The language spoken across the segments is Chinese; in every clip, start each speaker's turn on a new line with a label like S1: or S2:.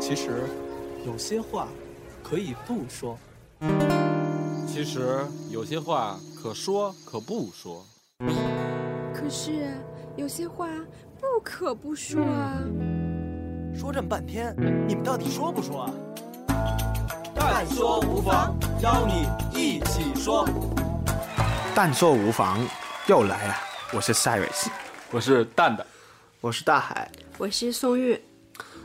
S1: 其实，有些话可以不说。
S2: 其实有些话可说可不说。
S3: 可是啊有些话不可不说啊。
S4: 嗯
S5: 说这么半天，你们到底说不说啊？
S6: 但说无妨，邀你一起说。
S7: 但说无妨，又来了。我是 Cyrus，
S2: 我是蛋蛋，
S8: 我是大海，
S4: 我是宋玉。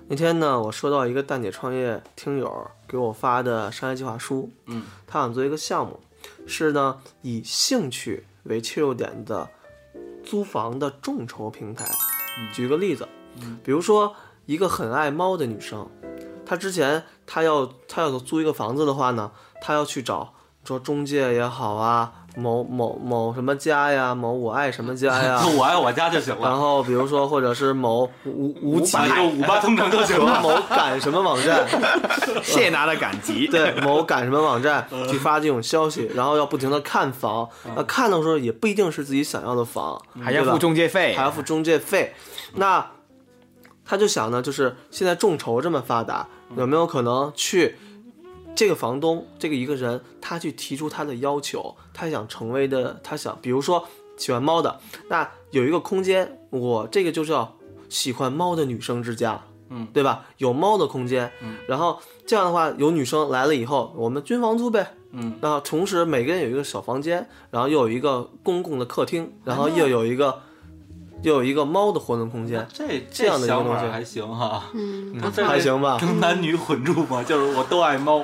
S8: 那天呢，我收到一个蛋姐创业听友给我发的商业计划书，
S2: 嗯，
S8: 他想做一个项目，是呢以兴趣为切入点的租房的众筹平台。
S2: 嗯
S8: 举个例子，比如说一个很爱猫的女生，她之前她要她要租一个房子的话呢，她要去找说中介也好啊，某某某什么家呀，某我爱什么家呀，
S2: 就 我爱我家就行
S8: 然
S2: 了。
S8: 后比如说或者是某无无极
S2: 百就五八同城就行
S8: 什么
S2: 了。
S8: 某赶什么网站，
S7: 谢娜的赶 集。
S8: 对某赶什么网站去发这种消息，然后要不停的看房，那看的时候也不一定是自己想要的房，
S7: 嗯还要
S8: 对吧
S7: 付中介费
S8: 还，要付中介费。那他就想呢，就是现在众筹这么发达，有没有可能去这个房东这个一个人，他去提出他的要求，他想成为的，他想，比如说喜欢猫的，那有一个空间，我这个就叫喜欢猫的女生之家。
S2: 嗯
S8: 对吧？有猫的空间，然后这样的话，有女生来了以后，我们均房租呗，
S2: 嗯，
S8: 然后同时每个人有一个小房间，然后又有一个公共的客
S2: 哎
S8: 厅，然后又有一个又有一个猫的活动空间，
S2: 啊这
S8: 这样的一个
S2: 想
S8: 东
S2: 法
S8: 西
S2: 还行哈，
S4: 嗯，
S2: 这
S8: 还行 吧
S2: 跟男女混住嘛，就是我都爱猫。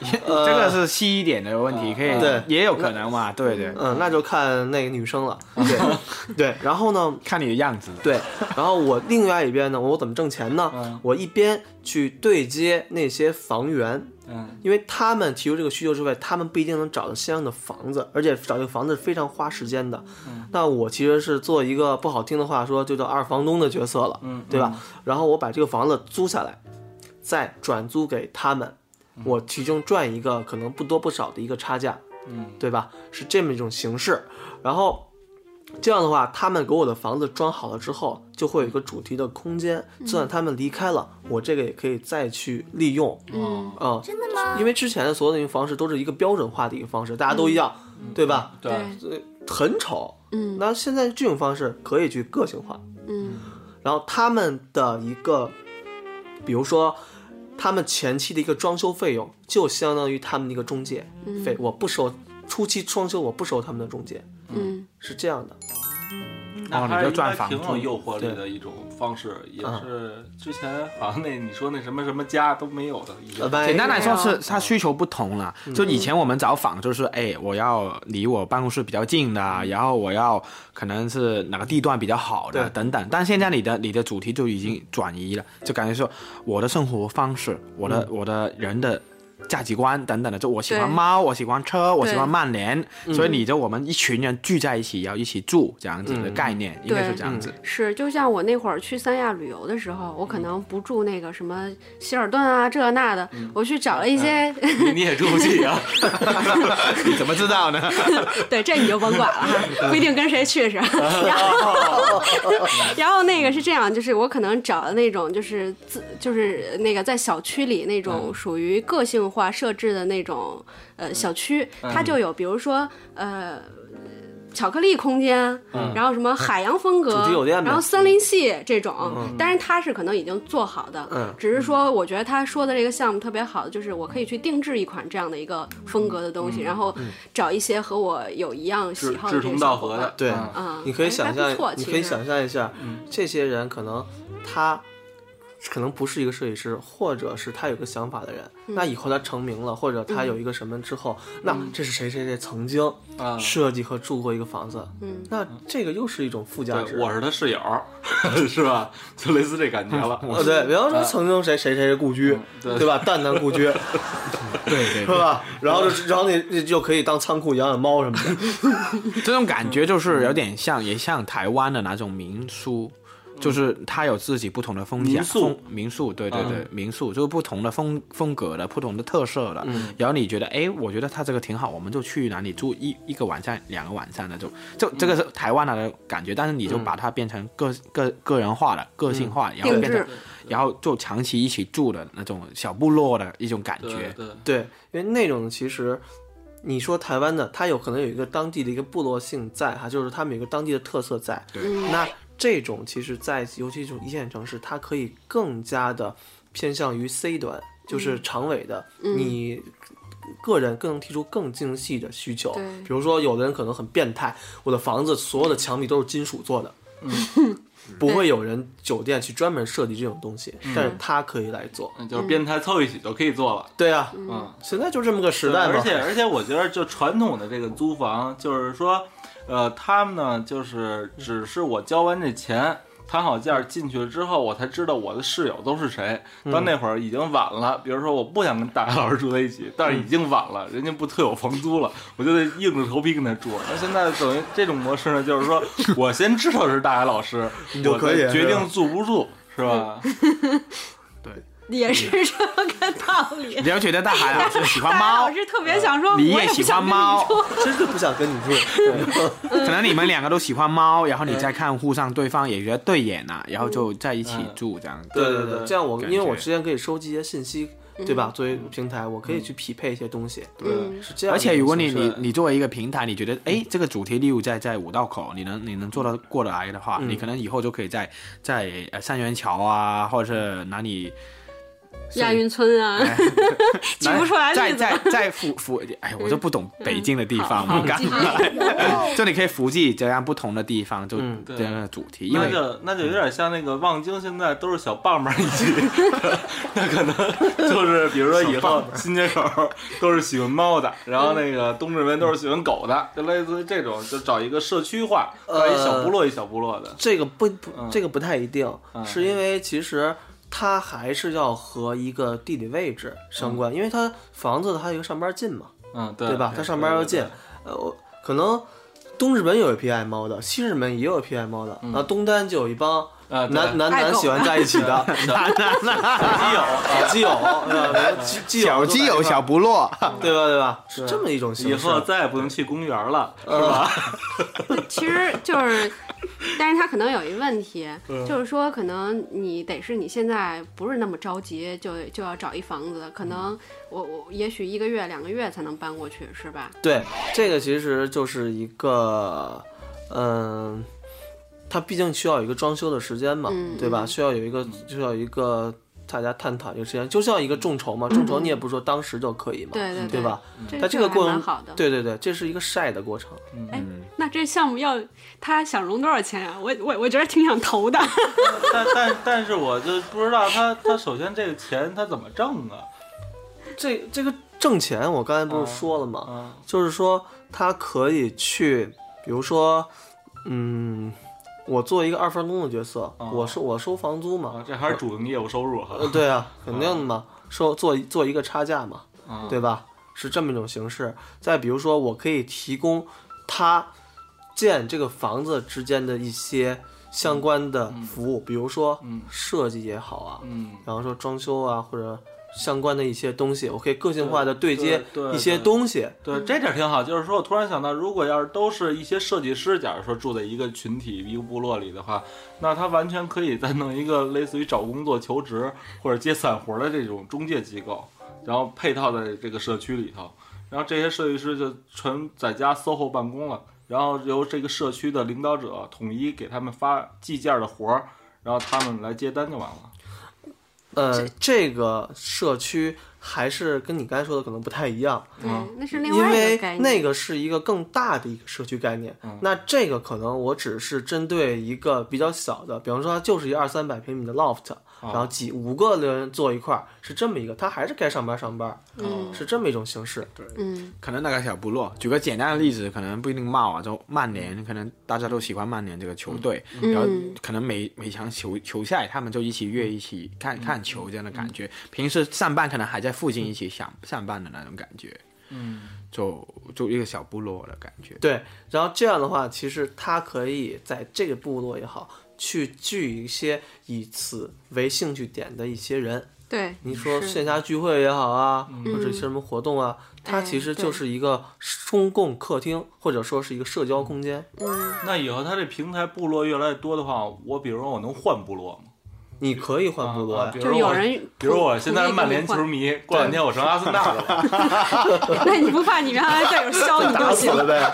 S7: 这个是西一点的问题，
S2: 呃
S7: 可以
S8: 对
S7: 也有可能嘛？对对，
S8: 嗯，那就看那个女生 了，对对，然后呢，
S7: 看你的样子。
S8: 对，然后我另外一边呢，我怎么挣钱
S2: 嗯
S8: 呢？我一边去对接那些房源，
S2: 嗯
S8: 因为他们提出这个需求之外，他们不一定能找到相应的房子，而且找这个房子是非常花时间的。
S2: 嗯
S8: 那我其实是做一个不好听的话说，就叫二房东的角色了，
S2: 嗯
S8: 对吧？然后我把这个房子租下来，再转租给他们，我其中赚一个可能不多不少的一个差价，
S2: 嗯，
S8: 对吧？是这么一种形式。然后这样的话，他们给我的房子装好了之后，就会有一个主题的空间，就算他们离开了，我这个也可以再去利用。
S2: 哦，
S8: 嗯，真的吗？因为之前的所有的运营方式都是一个标准化的一个方式，大家都一样，对吧？
S2: 对，
S8: 很丑。
S4: 嗯
S8: 那现在这种方式可以去个性化，
S4: 嗯
S8: 然后他们的一个，比如说他们前期的一个装修费用，就相当于他们的一个中介
S4: 嗯
S8: 费，我不收初期装修，我不收他们的中介，
S4: 嗯，
S8: 是这样的。
S2: 那
S7: 哦
S2: 还
S7: 你就赚房
S2: 挺有
S7: 租嗯
S2: 诱惑力
S8: 对
S2: 的一种方式，也是之前好像那你说那什么什么家都没有的一
S8: 呃
S2: 个。
S8: 万一
S7: 简单来说是它需求不同了，就以前我们找房就是哎，我要离我办公室比较近的，然后我要可能是哪个地段比较好的
S8: 对
S7: 等等。但现在你的你的主题就已经转移了，就感觉说我的生活方式，我的、我的人的。价值观等等的，就我喜欢
S4: 对
S7: 猫，我喜欢车，我喜欢
S4: 对
S7: 曼联，所以你就我们一群人聚在一起，要一起住这样子的
S8: 嗯
S7: 概念，应该是这样子。
S4: 是，就像我那会儿去三亚旅游的时候，我可能不住那个什么希尔顿啊，这那的，我去找了一些，
S2: 你你也住不起啊？
S7: 你怎么知道呢？
S4: 对，这你就甭管了哈，不一定跟谁去是吧。然后，然后那个是这样，就是我可能找的那种，就是自，就是那个在小区里那种属于个性化设置的那种
S8: 嗯
S4: 呃小区，它就有比如说呃。巧克力空间，然后什么海洋风格
S8: 嗯主题酒店，呗
S4: 然后森林系这种，但是它是可能已经做好的，
S8: 嗯
S4: 只是说我觉得他说的这个项目特别好，就是我可以去定制一款这样的一个风格的东
S8: 嗯
S4: 西，然后找一些和我有一样喜
S2: 志
S4: 好
S2: 志
S4: 的这
S2: 同
S4: 个
S2: 道
S4: 小
S2: 合
S4: 伙
S2: 的
S4: 伴，。
S8: 对
S2: 嗯
S4: 嗯，
S8: 你可以想象
S4: 还不错，
S8: 你
S4: 其
S8: 可以
S4: 实嗯
S8: 想象一下，这些人可能他可能不是一个设计师，或者是他有个想法的人。
S4: 嗯
S8: 那以后他成名了，或者他有一个什么之后，那这是谁谁谁曾经
S2: 啊
S8: 设计和住过一个房子，
S4: 嗯
S8: 那这个又是一种附加值
S2: 对，。我是他室友， 是吧？就类似这感觉 了。
S8: 呃，对，比方说曾经谁谁谁谁故居，
S2: 嗯对
S8: 对吧？蛋蛋故居
S7: 对对
S8: 是吧？然后就然后你你就可以当仓库养养猫什么的。
S7: 这种感觉就是有点像，也像台湾的那种民宿，就是它有自己不同的风格，
S2: 民宿
S7: 风民宿，对对
S4: 嗯
S7: 对，民宿就是不同的风风格的、不同的特色的。然后你觉得，哎，我觉得它这个挺好，我们就去哪里住一一个晚上、两个晚上那种。就
S4: 嗯
S7: 这个是台湾来的感觉，但是你就把它变成个个个人化的、个性化的，然后
S4: 定
S7: 变成
S4: 制，
S7: 然后就长期一起住的那种小部落的一种感
S2: 嗯对
S7: 觉。
S2: 对，
S8: 对，因为那种其实你说台湾的，它有可能有一个当地的一个部落性在哈，就是他们有一个当地的特色在。
S7: 对
S4: 嗯
S8: 那这种其实在，尤其这种一线城市，它可以更加的偏向于 C 端，
S2: 嗯
S8: 就是长尾的，你个人更能提出更精细的需求。
S4: 对
S8: 比如说，有的人可能很变态，我的房子所有的墙壁都是金属做的。
S2: 嗯
S8: 不会有人酒店去专门设计这种东西，
S2: 嗯
S8: 但是他可以来做。
S7: 嗯
S2: 那就是变态凑一起就可以做了。
S8: 对啊，
S2: 嗯，
S8: 现在就这么个时代嘛。
S2: 而且而且，我觉得就传统的这个租房，就是说，呃，他们呢，就是只是我交完这钱，谈好价进去了之后，我才知道我的室友都是谁。
S8: 嗯
S2: 到那会儿已经晚了，比如说我不想跟大黑老师住在一起，但是已经晚了，人家不退我房租了，我就得硬着头皮跟他住。那现在等于这种模式呢，就是说我先知道是大黑老师，
S8: 你就
S2: 我
S8: 可以
S2: 再
S8: 是
S2: 决
S8: 吧
S2: 定住不住。是吧？
S4: 也是这么个道理。
S7: 你要觉得大 海老师喜欢
S4: 大
S7: 猫嗯
S4: 老，师特别想说，我
S7: 你
S4: 也不
S7: 喜
S4: 想
S7: 欢
S4: 跟你
S7: 猫，
S4: 住
S8: 真的不想跟你住。对
S7: 可能你们两个都喜欢 猫，
S8: 嗯
S7: 然后你再看互上对方也觉得对眼了、然后就在一起住这样子。
S8: 对对对， 这样我
S7: 感
S8: 因
S7: 觉
S8: 为我之前可以收集一些信息，对吧？作为平台，我可以去匹配一些东西。对，是这
S7: 嗯而
S8: 样的一个形式。
S7: 且如果你你你作为一个平台，你觉得哎这个主题例如在在五道口，你能你能做到过得来的话，
S8: 嗯
S7: 你可能以后就可以在在呃三元桥啊，或者是哪里
S4: 亚运村 啊，举不出来
S7: 哎在
S4: 例子。
S7: 在 在附附哎我就不懂北京的地方，
S8: 嗯
S7: 我干嘛？ 就你可以附近这样不同的地方，就
S8: 嗯
S7: 这
S2: 对
S7: 样的主题，因
S2: 那
S7: 为
S2: 就那就有点像那个望京，现在都是小棒棒一起， 那可能就是比如说以后新街口都是喜欢猫的，然后那个东直门都是喜欢狗的，就类似于这种，就找一个社区化，
S8: 呃
S2: 一小部落一小部落的。
S8: 这个不不，这个不太一定，
S7: 嗯
S8: 是因为其实它还是要和一个地理位置相
S7: 嗯
S8: 关，因为它房子它有一个上班近嘛，
S2: 嗯，对
S8: 呃对吧？它上班要近，呃，我可能。东直门有一批爱猫的，西直门也有一批爱猫的，
S7: 嗯
S8: 然后东单就有一帮
S2: 啊对
S8: 男男
S4: 爱
S8: 男
S4: 狗
S8: 喜欢在一 起的，
S2: 基友，
S8: 小基友，对吧 然后基基友
S7: 小
S8: 都在
S7: 基
S8: 一块
S7: 友
S8: 儿
S7: 小部落，
S8: 对吧？对吧？是呃这么一种形
S2: 以
S8: 式。
S2: 后再也不能去公园了。
S4: 其实就是，但是他可能有一问题，就是说，可能你得是你现在不是那么着急，就就要找一房子，可能我我也许一个月两个月才能搬过去，是吧？
S7: 嗯
S8: 对，这个其实就是一个，嗯、它毕竟需要有一个装修的时间嘛，
S4: 嗯
S8: 对吧？需要有一个，需要有一个大家探讨一个时间，就像一个众筹嘛，众筹你也不是说当时就可以嘛，
S4: 嗯对对对
S8: 对吧？
S4: 这
S8: 它个
S4: 还
S8: 过
S4: 蛮
S8: 程
S4: 好的。
S8: 对对对，这是一个晒的过程。
S2: 嗯
S4: 哎，
S7: 嗯
S4: 那这项目要他想融多少钱啊？我我我觉得挺想投的。
S2: 但但但是我就不知道他他首先这个钱他怎么挣啊？
S8: 这这个挣钱，我刚才不是说了吗？
S2: 嗯
S8: 就是说他可以去，比如说，嗯，我做一个二房东的角色，我收我收房租嘛，
S2: 啊，这还是主营业务收入哈。
S8: 呃，对啊，肯定的嘛，说做做一个差价嘛，
S2: 嗯
S8: 对吧？是这么一种形式。再比如说，我可以提供他建这个房子之间的一些相关的服务，比如说设计也好啊，
S2: 嗯，
S8: 然后说装修啊，或者相关的一些东西，我可以个性化的对接
S2: 对对
S8: 一些
S2: 对
S8: 东西。
S2: 对，这点儿挺好。就是说我突然想到，如果要是都是一些设计师，假如说住在一个群体、一个部落里的话，那他完全可以再弄一个类似于找工作、求职或者接散活儿的这种中介机构，然后配套在这个社区里头，然后这些设计师就纯在家 SOHO 办公了，然后由这个社区的领导者统一给他们发计件儿的活儿，然后他们来接单就完
S4: 嗯
S2: 了。
S8: 呃，这个社区还是跟你刚才说的可能不太一样，
S2: 嗯
S4: 对，那是另
S8: 因
S4: 外一
S8: 为
S4: 个概念。
S8: 那个是一个更大的一个社区概念。那这个可能我只是针对一个比较小的，比方说它就是一二三百平米的 loft，、然后几五个人坐一块儿，是这么一个，他还是该上班上班，
S4: 嗯
S8: 是这么一种形式。
S4: 嗯
S7: 可能那个小部落，举个简单的例子，可能不一定骂啊，就曼
S9: 嗯
S7: 联，可能大家都喜欢曼联这个球队，然后可能每每场球球赛，他们就一起约一起
S9: 嗯
S7: 看看球这样的感觉。平时上班可能还在附近一起上上班的那种感觉，嗯，就就一个小部落的感觉。
S8: 对，然后这样的话，其实他可以在这个部落也好，去聚一些以此为兴趣点的一些人。
S4: 对，
S8: 你说
S4: 嗯是嗯
S8: 线下聚会也好啊，或者一些什么活动啊，它
S4: 哎
S8: 其实就
S4: 对
S8: 是一个公共客厅，或者说是一个社交空间。
S4: 嗯
S8: 嗯
S2: 那以后他这平台部落越来越多的话，我比如说我能换部落吗？
S8: 你可以换部落
S2: 啊
S8: 呀
S2: 比，
S4: 就
S2: 如
S4: 有
S2: 我，
S4: 人同，
S2: 比如我现在是
S4: 同意
S2: 曼
S4: 跟你
S2: 联球
S4: 换，
S2: 迷，过两天我成阿森纳了，
S4: 那你不怕你原来队友削你就
S6: 打死
S4: 行
S6: 了呗，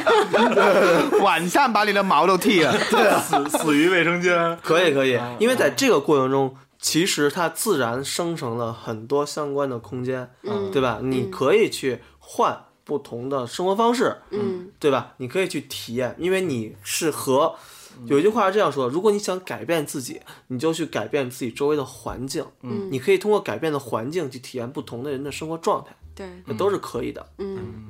S9: 晚上把你的毛都剃了。
S2: 死死于卫生间。
S8: 可以可以，
S2: 啊
S8: 因为在这个过程中，其实它自然生成了很多相关的空间，
S4: 嗯
S8: 对吧？你可以去换不同的生活方式，
S4: 嗯，
S8: 对吧？你可以去体验，因为你是和有一句话是这样说：如果你想改变自己，你就去改变自己周围的环境。
S4: 嗯
S8: 你可以通过改变的环境去体验不同的人的生活状态，
S4: 对，
S8: 这都是可以的。
S4: 嗯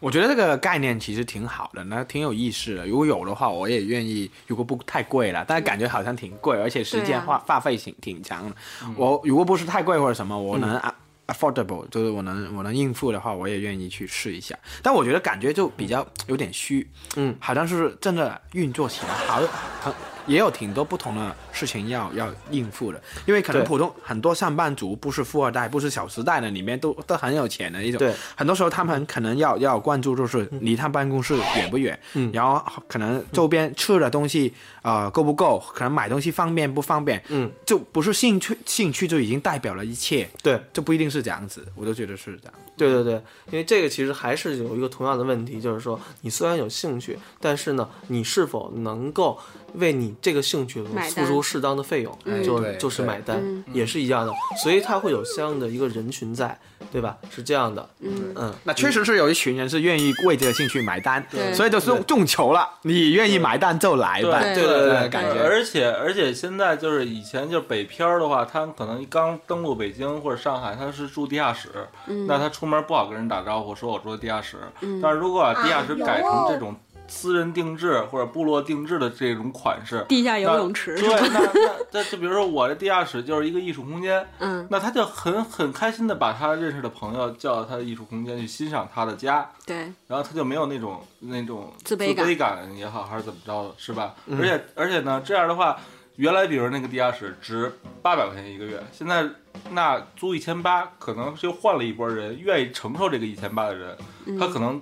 S7: 我觉得这个概念其实挺好的，那挺有意思的。如果有的话，我也愿意。如果不太贵了，但是感觉好像挺贵，而且时间
S4: 对啊
S7: 花、花费挺挺长的。我如果不是太贵或者什么，我能、啊 affordable，就是我能我能应付的话，我也愿意去试一下。但我觉得感觉就比较有点虚，
S8: 嗯，
S7: 好像是真的运作起来好很。也有挺多不同的事情要要应付的，因为可能
S8: 对
S7: 普通很多上班族不是富二代，不是小时代的，里面都都很有钱的一种，
S8: 对，
S7: 很多时候他们可能要要关注就是离他办公室远不远，
S8: 嗯
S7: 然后可能周边吃的东西呃够不够，可能买东西方便不方便，
S8: 嗯，
S7: 就不是兴趣兴趣就已经代表了一切，
S8: 对，
S7: 就不一定是这样子，我都觉得是这样，
S8: 对对对，因为这个其实还是有一个同样的问题，就是说你虽然有兴趣，但是呢，你是否能够为你这个兴趣
S4: 买
S8: 付
S4: 单
S8: 出适当的费用，
S7: 嗯
S8: 就
S7: 对
S8: 就是
S7: 对
S8: 买单
S4: 嗯，
S8: 也是一样的，所以它会有相应的一个人群在，对吧？是这样的，
S4: 嗯
S8: 嗯，
S7: 那确实是有一群人是愿意为这个兴趣买单，
S2: 嗯
S4: 对
S7: 所以就是
S8: 对
S7: 众筹了，你愿意买单就来 吧，
S2: 对
S8: 对对对对
S7: 感觉
S2: 而且而且现在就是以前就是北漂的话，他可能刚登陆北京或者上海，他是住地下室，
S4: 嗯
S2: 那他出门不好跟人打招呼，说我住地下室。但是如果把地
S4: 啊
S2: 下室改
S4: 哦
S2: 成这种私人定制或者部落定制的这种款式，
S4: 地下游
S2: 那
S4: 泳池
S2: 对，那那那就比如说我的地下室就是一个艺术空间，
S4: 嗯，
S2: 那他就很很开心的把他认识的朋友叫到他的艺术空间去欣赏他的家，
S4: 对，
S2: 然后他就没有那种那种
S4: 自卑感
S2: 感也好，还是怎么着的，是吧？而且而且呢，这样的话，原来比如那个地下室值八百块钱一个月，现在那租一千八，可能就换了一波人愿意承受这个一千八的人，他可能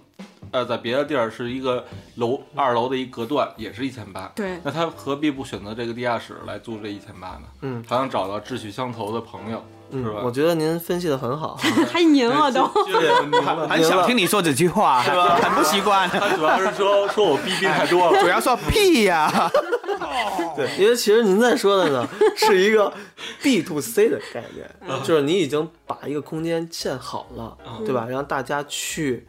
S2: 呃在别的地儿是一个楼二楼的一隔断，也是一千八。
S4: 对，
S2: 那他何必不选择这个地下室来租这一千八呢？
S8: 嗯
S2: 还能找到志趣相投的朋友，
S8: 嗯
S2: 是吧？
S8: 我觉得您分析的很好，
S4: 还赢了都，
S2: 对，
S7: 很想听你说这句话，是吧？很不习惯，
S2: 他主要是说说我逼逼太多了
S7: 主。要说屁呀、
S8: 对，因为其实您在说的呢是一个 B to C 的概念，就是你已经把一个空间建好了，对吧？让大家去。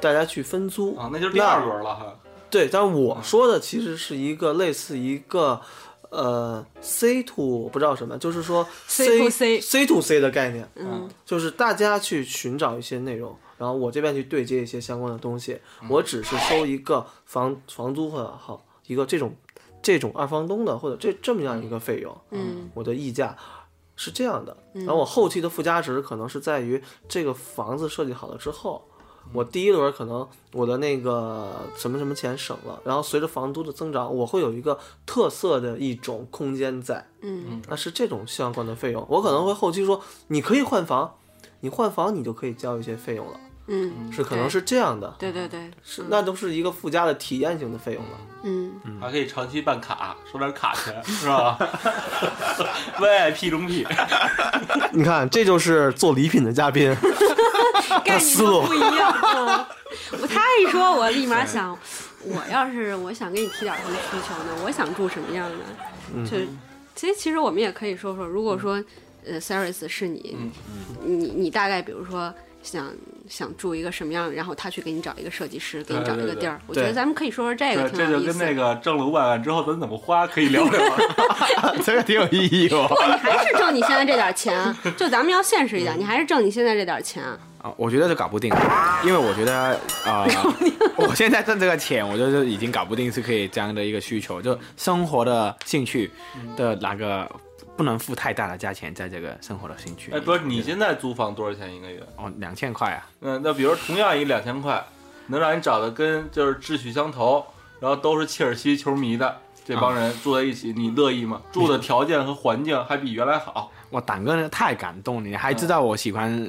S8: 大家去分租
S2: 啊，那就是第二轮了哈。
S8: 对，但是
S4: 嗯
S8: 我说的其实是一个类似一个，呃，C to 不知道什么，就是说
S4: C to C
S8: C to C 的概念，
S4: 嗯，
S8: 就是大家去寻找一些内容，然后我这边去对接一些相关的东西，
S4: 嗯
S8: 我只是收一个房房租或者好一个这种这种二房东的或者这这么样一个费用，
S4: 嗯，
S8: 我的溢价。是这样的，然后我后期的附加值可能是在于这个房子设计好了之后，我第一轮可能我的那个什么什么钱省了，然后随着房租的增长，我会有一个特色的一种空间在，
S4: 嗯，
S8: 那是这种相关的费用，我可能会后期说你可以换房，你换房你就可以交一些费用了，
S4: 嗯，
S8: 是可能
S4: 对
S8: 是这样的，
S4: 对对对，
S8: 是那都是一个附加的体验型的费用了，
S4: 嗯，
S2: 还可以长期办卡，收点卡钱，是吧 ？VIP 中 P，
S8: 你看这就是做礼品的嘉宾，
S4: 概念
S8: 思
S4: 就
S8: 路
S4: 不一样。 嗯，我他一说，我立
S2: 哎
S4: 马想，我要是我想给你提点什么需求呢？我想住什么样的？
S2: 嗯
S4: 就是，其实其实我们也可以说说，如果说，呃 s e r i s 是你，
S2: 嗯
S4: 你你大概比如说想想住一个什么样的，然后他去给你找一个设计师，给你
S2: 对
S4: 找
S2: 哎对
S4: 一个
S2: 对
S4: 地儿。我觉得
S8: 对
S4: 咱们可以说说这个，
S2: 对，
S4: 挺
S2: 这
S4: 有
S2: 就
S4: 意
S2: 跟
S4: 思
S2: 那
S4: 的。
S2: 个挣了五百万之后咱怎么花可以聊聊。啊
S7: 这个挺有意义哦。
S4: 你还是挣你现在这点钱，就咱们要现实一点，你还是挣你现在这点钱。
S7: 啊，我觉得是搞不定，因为我觉得啊，我现在挣这个钱，我就是已经搞不定是可以这样的一个需求，就生活的兴趣的那个不能付太大的价钱在这个生活的兴趣 里。
S2: 哎，不是，你现在租房多少钱一个月？
S7: 哦，两千块啊，
S2: 那那比如同样一两千块，能让你找的跟就是志趣相投，然后都是切尔西球迷的，这帮人住在一起，啊你乐意吗？住的条件和环境还比原来好。
S7: 哇，胆哥呢太感动了，你
S8: 嗯
S7: 还知道我喜欢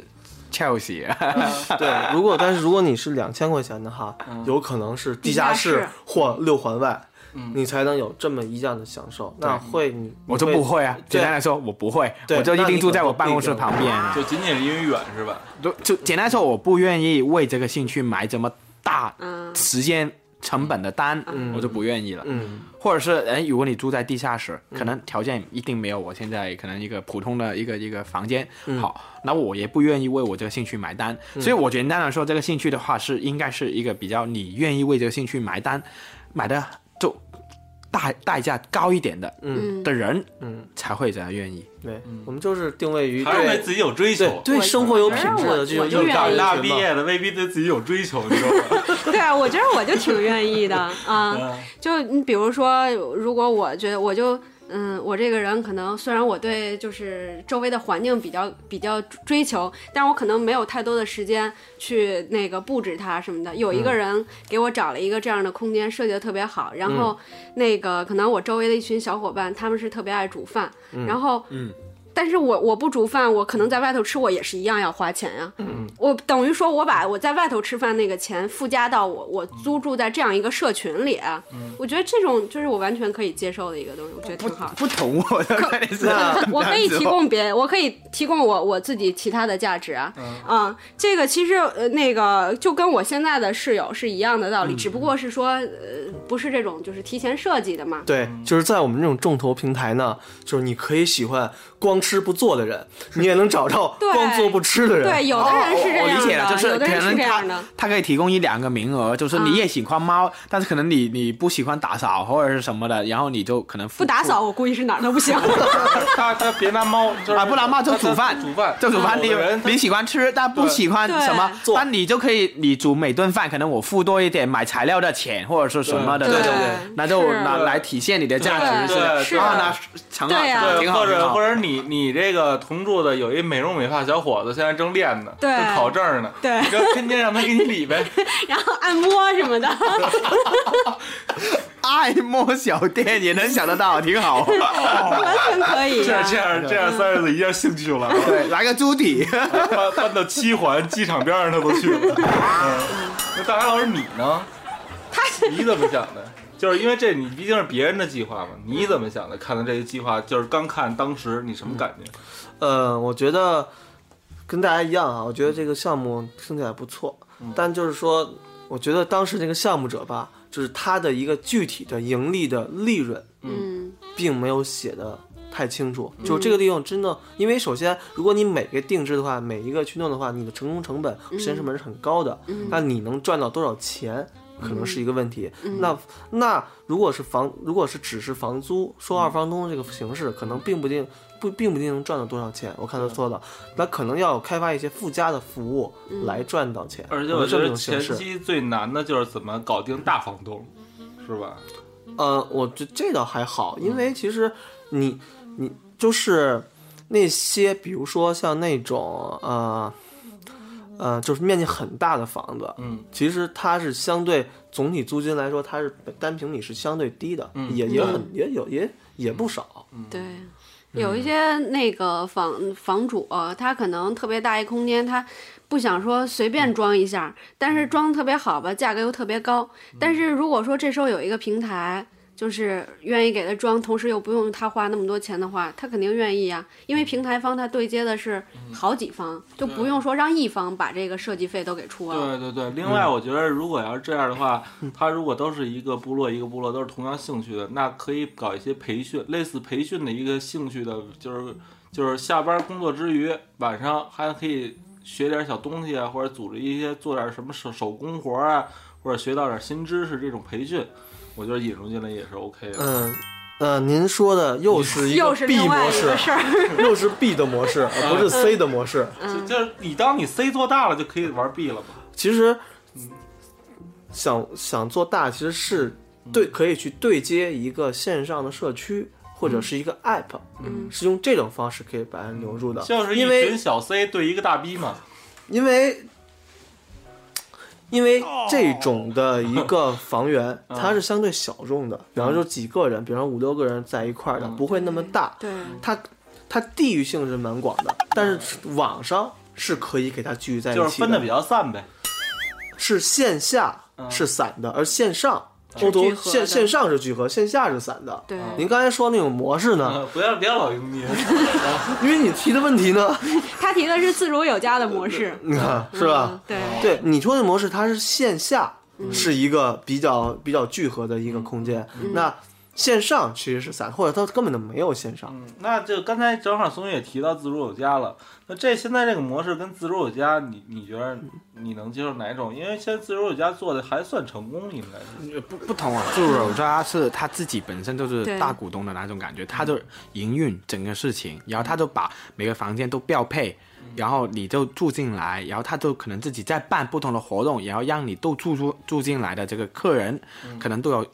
S7: Chelsea，啊
S8: 对，如果但是如果你是两千块钱的哈，有可能是地下
S4: 地
S8: 室
S4: 下室
S8: 或六环外，
S2: 嗯
S8: 你才能有这么一样的享受。那会你
S7: 我就不会啊。简
S8: 对
S7: 单来说，我不会，
S8: 对
S7: 我就一
S8: 那你
S7: 定住
S8: 可
S7: 在我
S8: 不
S7: 办公室
S8: 必
S7: 旁边。啊
S2: 就仅仅是因为远是吧？
S7: 就就简单来说，我不愿意为这个兴趣买这么大
S4: 嗯
S7: 时间成本的单，我就不愿意了。
S8: 嗯，
S7: 或者是，哎，如果你住在地下室，
S4: 嗯
S7: 可能条件一定没有我现在可能一个普通的一个一个房间
S4: 嗯
S7: 好，那我也不愿意为我这个兴趣买单。所以我简单来说，这个兴趣的话是应该是一个比较你愿意为这个兴趣买单，买的就代代价高一点的，
S4: 嗯
S7: 的人，
S8: 嗯，
S7: 才会才愿意。
S8: 对，我们就是定位于
S2: 嗯还是对
S8: 对
S2: 自己有追
S8: 对
S2: 求。
S8: 对
S4: 我
S8: 生活有品质
S4: 我
S8: 的这种
S4: 我就
S8: 有感
S2: 长
S4: 愿意
S2: 大
S8: 大
S2: 毕
S8: 毕业，
S2: 业的未必对自己有追求，你知道吗？
S4: 对啊，我觉得我就挺愿意的啊。
S2: 嗯
S4: 就你比如说，如果我觉得我就。嗯，我这个人可能虽然我对就是周围的环境比较比较追求，但我可能没有太多的时间去那个布置它什么的。有一
S7: 嗯
S4: 个人给我找了一个这样的空间，设计的特别好，然后
S7: 嗯
S4: 那个可能我周围的一群小伙伴，他们是特别爱煮饭，然后
S7: 嗯
S4: 但是我我不煮饭，我可能在外头吃，我也是一样要花钱呀、嗯，我等于说我把我在外头吃饭那个钱附加到我我租住在这样一个社群里、啊
S7: 嗯
S4: 我觉得这种就是我完全可以接受的一个东西，我觉得挺好的。
S7: 不同我的概 念是这样
S4: 我可以
S7: 子哦
S4: 提供别，我可以提供我我自己其他的价值啊，
S7: 嗯
S4: 啊，这个其实呃那个就跟我现在的室友是一样的道
S7: 嗯
S4: 理，只不过是说呃不是这种就是提前设计的嘛，
S8: 对，
S2: 嗯
S8: 就是在我们这种众筹平台呢，就是你可以喜欢光吃不做的人，你也能找到
S4: 对
S8: 光做不吃的人。
S4: 对，有的人是这
S7: 哦我
S4: 样的，
S7: 理解了，就是
S4: 有的
S7: 可
S4: 人是
S7: 能
S4: 这
S7: 他
S4: 样的。嗯
S7: 他可以提供一两个名额，就是你也喜欢猫，但是可能你你不喜欢打扫或者是什么的，然后你就可能付
S4: 不打扫，我估计是哪儿都不 行。
S2: 他他别拿猫，就是
S7: 啊，不然嘛就
S2: 他他
S7: 煮饭，
S2: 煮饭，
S7: 就煮饭。你
S2: 有的人他
S7: 你喜欢吃，但不喜欢
S4: 对
S7: 什么
S4: 对，
S7: 但你就可以，你煮每顿饭，可能我付多一点买材料的钱或者是什么的
S4: 对
S7: 那种
S4: 对对，
S7: 那就是拿来体现你的价值，
S2: 对对
S7: 是
S4: 是
S7: 吧
S4: 的
S7: 啊，那挺好，
S4: 对啊
S2: 对，
S7: 挺好，
S2: 或
S7: 挺
S2: 者
S7: 好
S2: 或者你你这个同住的有一美容美发小伙子，现在正练呢，
S4: 对
S2: 正考证呢，
S4: 对
S2: 你就天天让他给你理 呗，
S4: 然后按摩什么的，
S7: 哦爱摸小店也能想得到，挺 好。
S4: 完全可以、
S2: 这
S4: 啊
S2: 样。这样这样三日子一下兴趣了，
S7: 对，来个猪蹄。
S2: 搬搬到七环机场边上他都去了。 嗯，那大海老师你呢？
S4: 他 是
S2: 你怎么想的？就是因为这，你毕竟是别人的计划嘛，你怎么想的？看到这个计划，就是刚看当时你什么感觉？
S8: 呃，我觉得跟大家一样啊，我觉得这个项目听起来不错，
S2: 嗯
S8: 但就是说，我觉得当时那个项目者吧，就是他的一个具体的盈利的利润，
S4: 嗯
S8: 并没有写的太清楚。就这个利用真的，因为首先，如果你每个定制的话，每一个驱动的话，你的成功成本、时间成本是很高的，那你能赚到多少钱？可能是一个问题。那那如果是房，如果是只是房租，说二房东这个形式，可能并不定不并不一定能赚到多少钱。我看他说的，那可能要开发一些附加的服务来赚到钱。
S2: 而且
S8: 我
S2: 我
S8: 觉
S2: 觉
S8: 得这
S2: 得
S8: 种
S2: 前
S8: 形式，
S2: 期最难的就是怎么搞定大房东，是吧？
S8: 呃，我觉得这倒还好，因
S4: 嗯
S8: 为其实你你就是那些，比如说像那种呃呃，就是面积很大的房子，
S2: 嗯，
S8: 其实它是相对总体租金来说，它是单平米是相对低的，
S2: 嗯
S8: 也也很也有也也不少，
S4: 对。
S8: 嗯
S4: 有一些那个房房主、他可能特别大一空间，他不想说随
S8: 嗯
S4: 便装一下，但是装特别好吧，价格又特别高。
S8: 嗯
S4: 但是如果说这时候有一个平台，就是愿意给他装，同时又不用他花那么多钱的话，他肯定愿意呀，因为平台方他对接的是
S8: 嗯
S4: 好几方，就不用说让一方把这个设计费都给出啊了。
S2: 对对对，另
S8: 嗯
S2: 外我觉得，如果要是这样的话，他如果都是一个部落一个部落都是同样兴趣的，那可以搞一些培训，类似培训的一个兴趣的，就是就是下班工作之余，晚上还可以学点小东西啊，或者组织一些做点什么手手工活啊，或者学到点新知识这种培训，我觉得引入进来也是 OK 的。
S8: 嗯。呃，您说的又是一
S4: 又
S8: 个
S4: 是
S8: B
S4: 另外
S8: 模
S4: 一个嗯
S8: 式，
S4: 事儿，
S8: 又是 B 的模式，而不是 C 的模式。
S2: 就就是你当你 C 做大了，就可以玩 B 了嘛。
S8: 其实想想做大，其实是
S2: 嗯
S8: 对可以去对接一个线上的社区或者是一个 app，、
S4: 嗯
S8: 是用这种方式可以把人留住的。
S2: 嗯就是一
S8: 因为
S2: 群小 C 对一个大 B 嘛，
S8: 因为因为
S2: 哦
S8: 这种的一个房 源，
S2: 嗯
S8: 它是相对小众的，然后就几个人，比方说五六个人在一块
S2: 嗯
S8: 儿的，不会那么大。
S4: 对，
S8: 它它地域性是蛮广的，但是网上是可以给它聚在一起
S2: 嗯就是分的比较散呗。
S8: 是线下是散的，而线上欧
S4: 嗯聚
S8: 洲
S4: 合
S8: 线
S4: 的哦
S8: 线上是聚合，线下是散的。
S4: 对
S8: 您刚才说那种模式呢？
S2: 呃不要不要老 用力，
S8: 哎
S4: 嗯
S8: 因为你提的问题 呢，
S4: 他提的是自如有家的模式，
S8: 你看是吧
S4: 嗯？对，
S8: 对你说的模式，它是线下是一个比较比较聚合的一
S4: 嗯
S8: 个空间，那线上其实是散，或者它根本就没有线上。
S2: 嗯，那就刚才正好松玉也提到自如有家了，那这现在这个模式跟自如有家，你你觉得你能接受哪种？因为现在自如有家做的还算成功，应该是。
S7: 不不同啊，自如家是他自己本身就是
S4: 对
S7: 大股东的那种感觉，他就营运整个事情，然后他就把每个房间都标配，然后你就住进来，然后他就可能自己在办不同的活动，然后让你都住住住进来的这个客人，
S4: 嗯
S7: 可能都有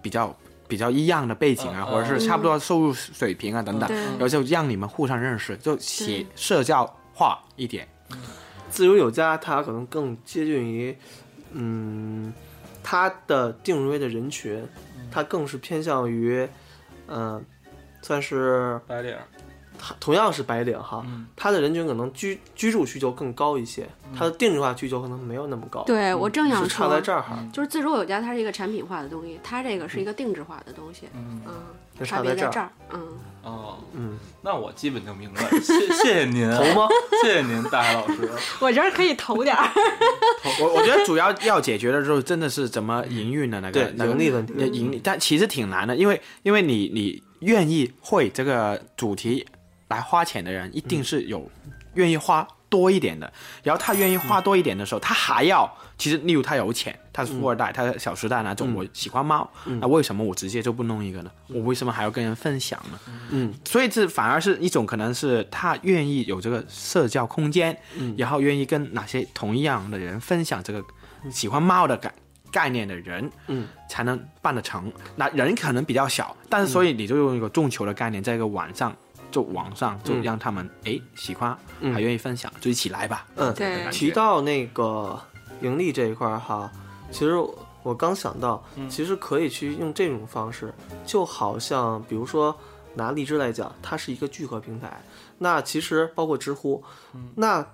S7: 比较。比较一样的背景啊，
S2: 嗯
S7: 或者是差不多收入水平啊等等，
S4: 哦对
S7: 然后就让你们互相认识，就写社交化一点。
S8: 自由有家，它可能更接近于，嗯，它的定位的人群，
S4: 嗯
S8: 它更是偏向于，嗯、算是
S2: 白领儿，
S8: 它同样是白领哈，它的人群可能居居住需求更高一些，它的定制化需求可能没有那么高，，
S4: 对我正想
S8: 嗯是差在
S4: 说，
S8: 这儿哈，
S4: 就是自如有家，它是一个产品化的东西，它这个是一个定制化的东西，
S2: 嗯
S4: 嗯，
S8: 就
S4: 差
S8: 差
S4: 别
S8: 在这
S4: 在
S8: 儿
S4: 这儿，嗯，
S2: 哦，
S8: 嗯，
S2: 那我基本就明白了，谢谢谢您， 投吗？谢谢您，大海老师。
S4: 我觉得可以投点儿，
S7: 我我觉得主要要解决的就是真的是怎么营运的那个
S8: 对
S7: 那个
S8: 盈利问题嗯
S7: 那盈利，但其实挺难的，因为因为你你愿意会这个主题来花钱的人，一
S8: 嗯
S7: 定是有愿意花多一点的。然后他愿意
S8: 嗯
S7: 花多一点的时候，他还要其实例如他有钱，他是富二
S8: 嗯
S7: 代，他是小时代那种，我喜欢猫，那为什么我直接就不弄一个呢？我为什么还要跟人分享呢？
S8: 嗯，
S7: 所以这反而是一种可能是他愿意有这个社交空间，
S8: 嗯
S7: 然后愿意跟哪些同样的人分享这个喜欢猫的概概念的人，
S8: 嗯，
S7: 才能办得成。那人可能比较小，但是所以你就用一个众筹的概念，在一个网上。就网上就
S8: 嗯
S7: 让他们哎喜欢，
S8: 嗯
S7: 还愿意分享，就一起来吧。
S8: 嗯
S7: 这种
S4: 对
S7: 感觉
S8: 提到那个盈利这一块儿哈，其实我刚想到，
S2: 嗯
S8: 其实可以去用这种方式，就好像比如说拿荔枝来讲，它是一个聚合平台，那其实包括知乎，
S2: 嗯
S8: 那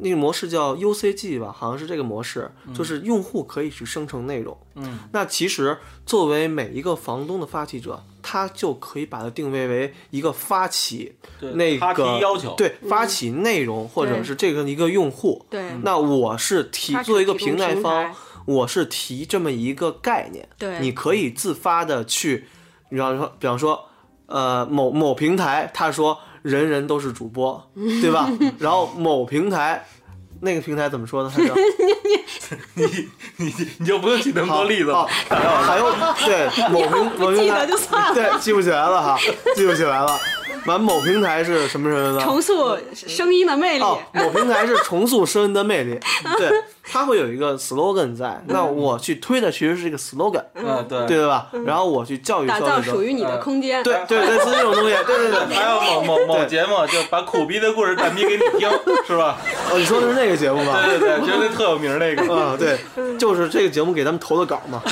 S8: 那个模式叫 UCG 吧，好像是这个模式，就是用户可以去生成内容。
S2: 嗯，
S8: 那其实作为每一个房东的发起者，他就可以把它定位为一个发起
S2: 对
S8: 那
S2: 他提
S8: 个
S2: 要求
S8: 对发起内容或者
S4: 对
S8: 是这个一个用户。
S4: 嗯 对
S8: 那我是提
S4: 它是
S8: 作为一个
S4: 提供
S8: 平台
S4: 平
S8: 方
S4: 台，
S8: 我是提这么一个概念，
S4: 对
S8: 你可以自发的去，比方说，比方说，呃，某某平台，他说人人都是主 播，对吧？然后某平台，那个平台怎么说呢？他叫
S2: 你你就不用举那么多例子
S8: 好
S2: 了
S8: 好。还有 对某平某平台
S4: 就算了
S8: 对记不起来了哈，记不起来了。完某平台是什么什么的？
S4: 重塑声音的魅力，
S8: 呃哦，某平台是重塑声音的魅 力，对，它会有一个 slogan 在。那
S4: 嗯
S8: 我去推的其实是一个 slogan，
S2: 嗯，对
S8: 对吧？然后我去教育
S4: 打
S8: 消
S4: 造
S8: 费者
S4: 属，于你的空间，
S8: 嗯对对对，是这种东西，对对对。
S2: 还有某某某
S8: 对
S2: 节目，就把苦逼的故事蛋逼给 你听，是吧？
S8: 哦，你说的是那个节目吧？
S2: 对对对， 觉得特有名儿那个。
S8: 嗯，对，就是这个节目给咱们投的稿嘛。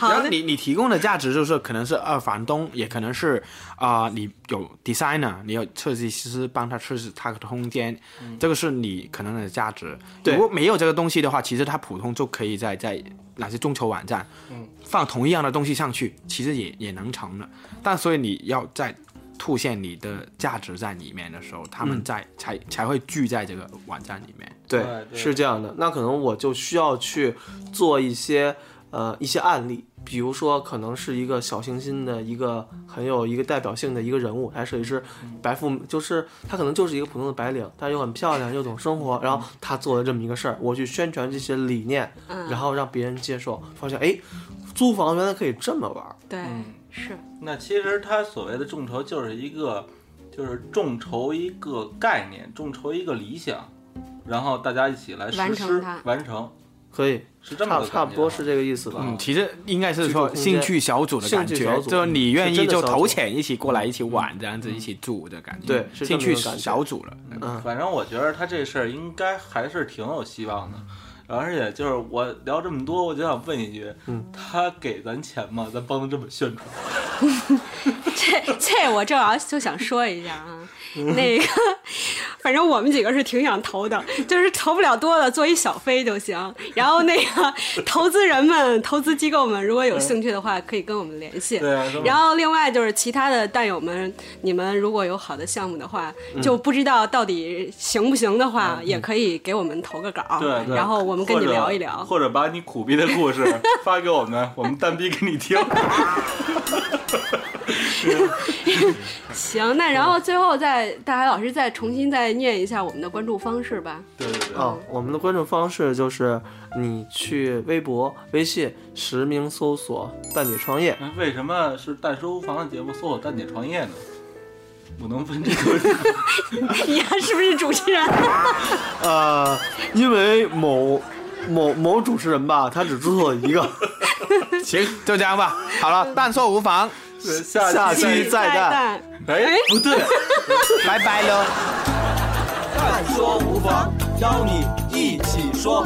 S7: 然后你你提供的价值就是可能是二房东，也可能是啊、你有 designer，你有设计师帮他设计他的空间，这个是你可能的价值。
S8: 对
S7: 如果没有这个东西的话，其实他普通就可以在在哪些众筹网站，放同一样的东西上去，其实也也能成的。但所以你要在凸现你的价值在里面的时候，他们在、才才会聚在这个网站里面。
S8: 对
S2: 哎对，对
S8: 是这样的。那可能我就需要去做一些呃一些案例，比如说可能是一个小清新的一个很有一个代表性的一个人物，他设计师
S2: 嗯
S8: 白富，就是他可能就是一个普通的白领，但是又很漂亮，又懂生活，然
S2: 嗯
S8: 后他做了这么一个事儿，我去宣传这些理念，然后让别人接受，发现哎，租房原来可以这么玩儿。
S4: 对， 是，
S2: 那其实它所谓的众筹就是一个，就是众筹一个概念，众筹一个理想，然后大家一起来实
S4: 完
S2: 施
S4: 成它
S2: 完成。
S8: 可以，
S2: 是这么
S8: 差
S2: 个啊
S8: 差
S2: 感
S8: 不
S2: 觉
S8: 多
S2: 哈
S8: 是这个意思吧？
S7: 嗯，其实应该是说
S8: 居住空间
S7: 兴趣小组的感
S8: 兴趣小
S7: 觉，
S8: 组
S7: 就是你愿
S8: 是
S7: 意
S8: 真的
S7: 就
S8: 小
S7: 投
S8: 组嗯
S7: 钱一起过来一起玩，这样子一起住的感觉。
S8: 对是这
S7: 兴
S8: 么
S7: 趣
S8: 一个感觉
S7: 小组 了。
S8: 嗯
S2: 反正我觉得他这事儿应该还是挺有希望的。而且就是我聊这么多，我就想问一句，他给咱钱吗？咱帮他这么宣传，
S4: 这这我正好就想说一下啊，
S8: 嗯
S4: 那个，反正我们几个是挺想投的，就是投不了多的，做一小飞就行。然后那个 投资人们、投资机构们，如果有兴趣的话，可以跟我们联系。
S2: 对啊是吧
S4: 然后另外就是其他的蛋友们，你们如果有好的项目的话，
S2: 嗯
S4: 就不知道到底行不行的话，也可以给我们投个稿，
S2: 对对
S4: 然后我们跟你
S2: 或者
S4: 聊一聊。
S2: 或者把你苦逼的故事发给我们，我们单逼给你听。
S4: 行，那然后最后再大海老师再重新再念一下我们的关注方 式吧。
S2: 对对对，
S8: 哦，我们的关注方式就是你去微博、微信实名搜索“伴侣创业
S2: 哎为什么是蛋叔房的节目搜索蛋姐创业呢？我能问这个？
S4: 你还是不是主持人？”，
S2: 啊
S8: 呃，因为某某某主持人吧，他只注册了一个，
S7: 行，就这样吧。好了， 但说无妨，
S2: 下
S8: 下期
S2: 再
S8: 再战。
S2: 哎，不对。
S7: 拜拜喽。
S6: 但说无妨，邀你一起说。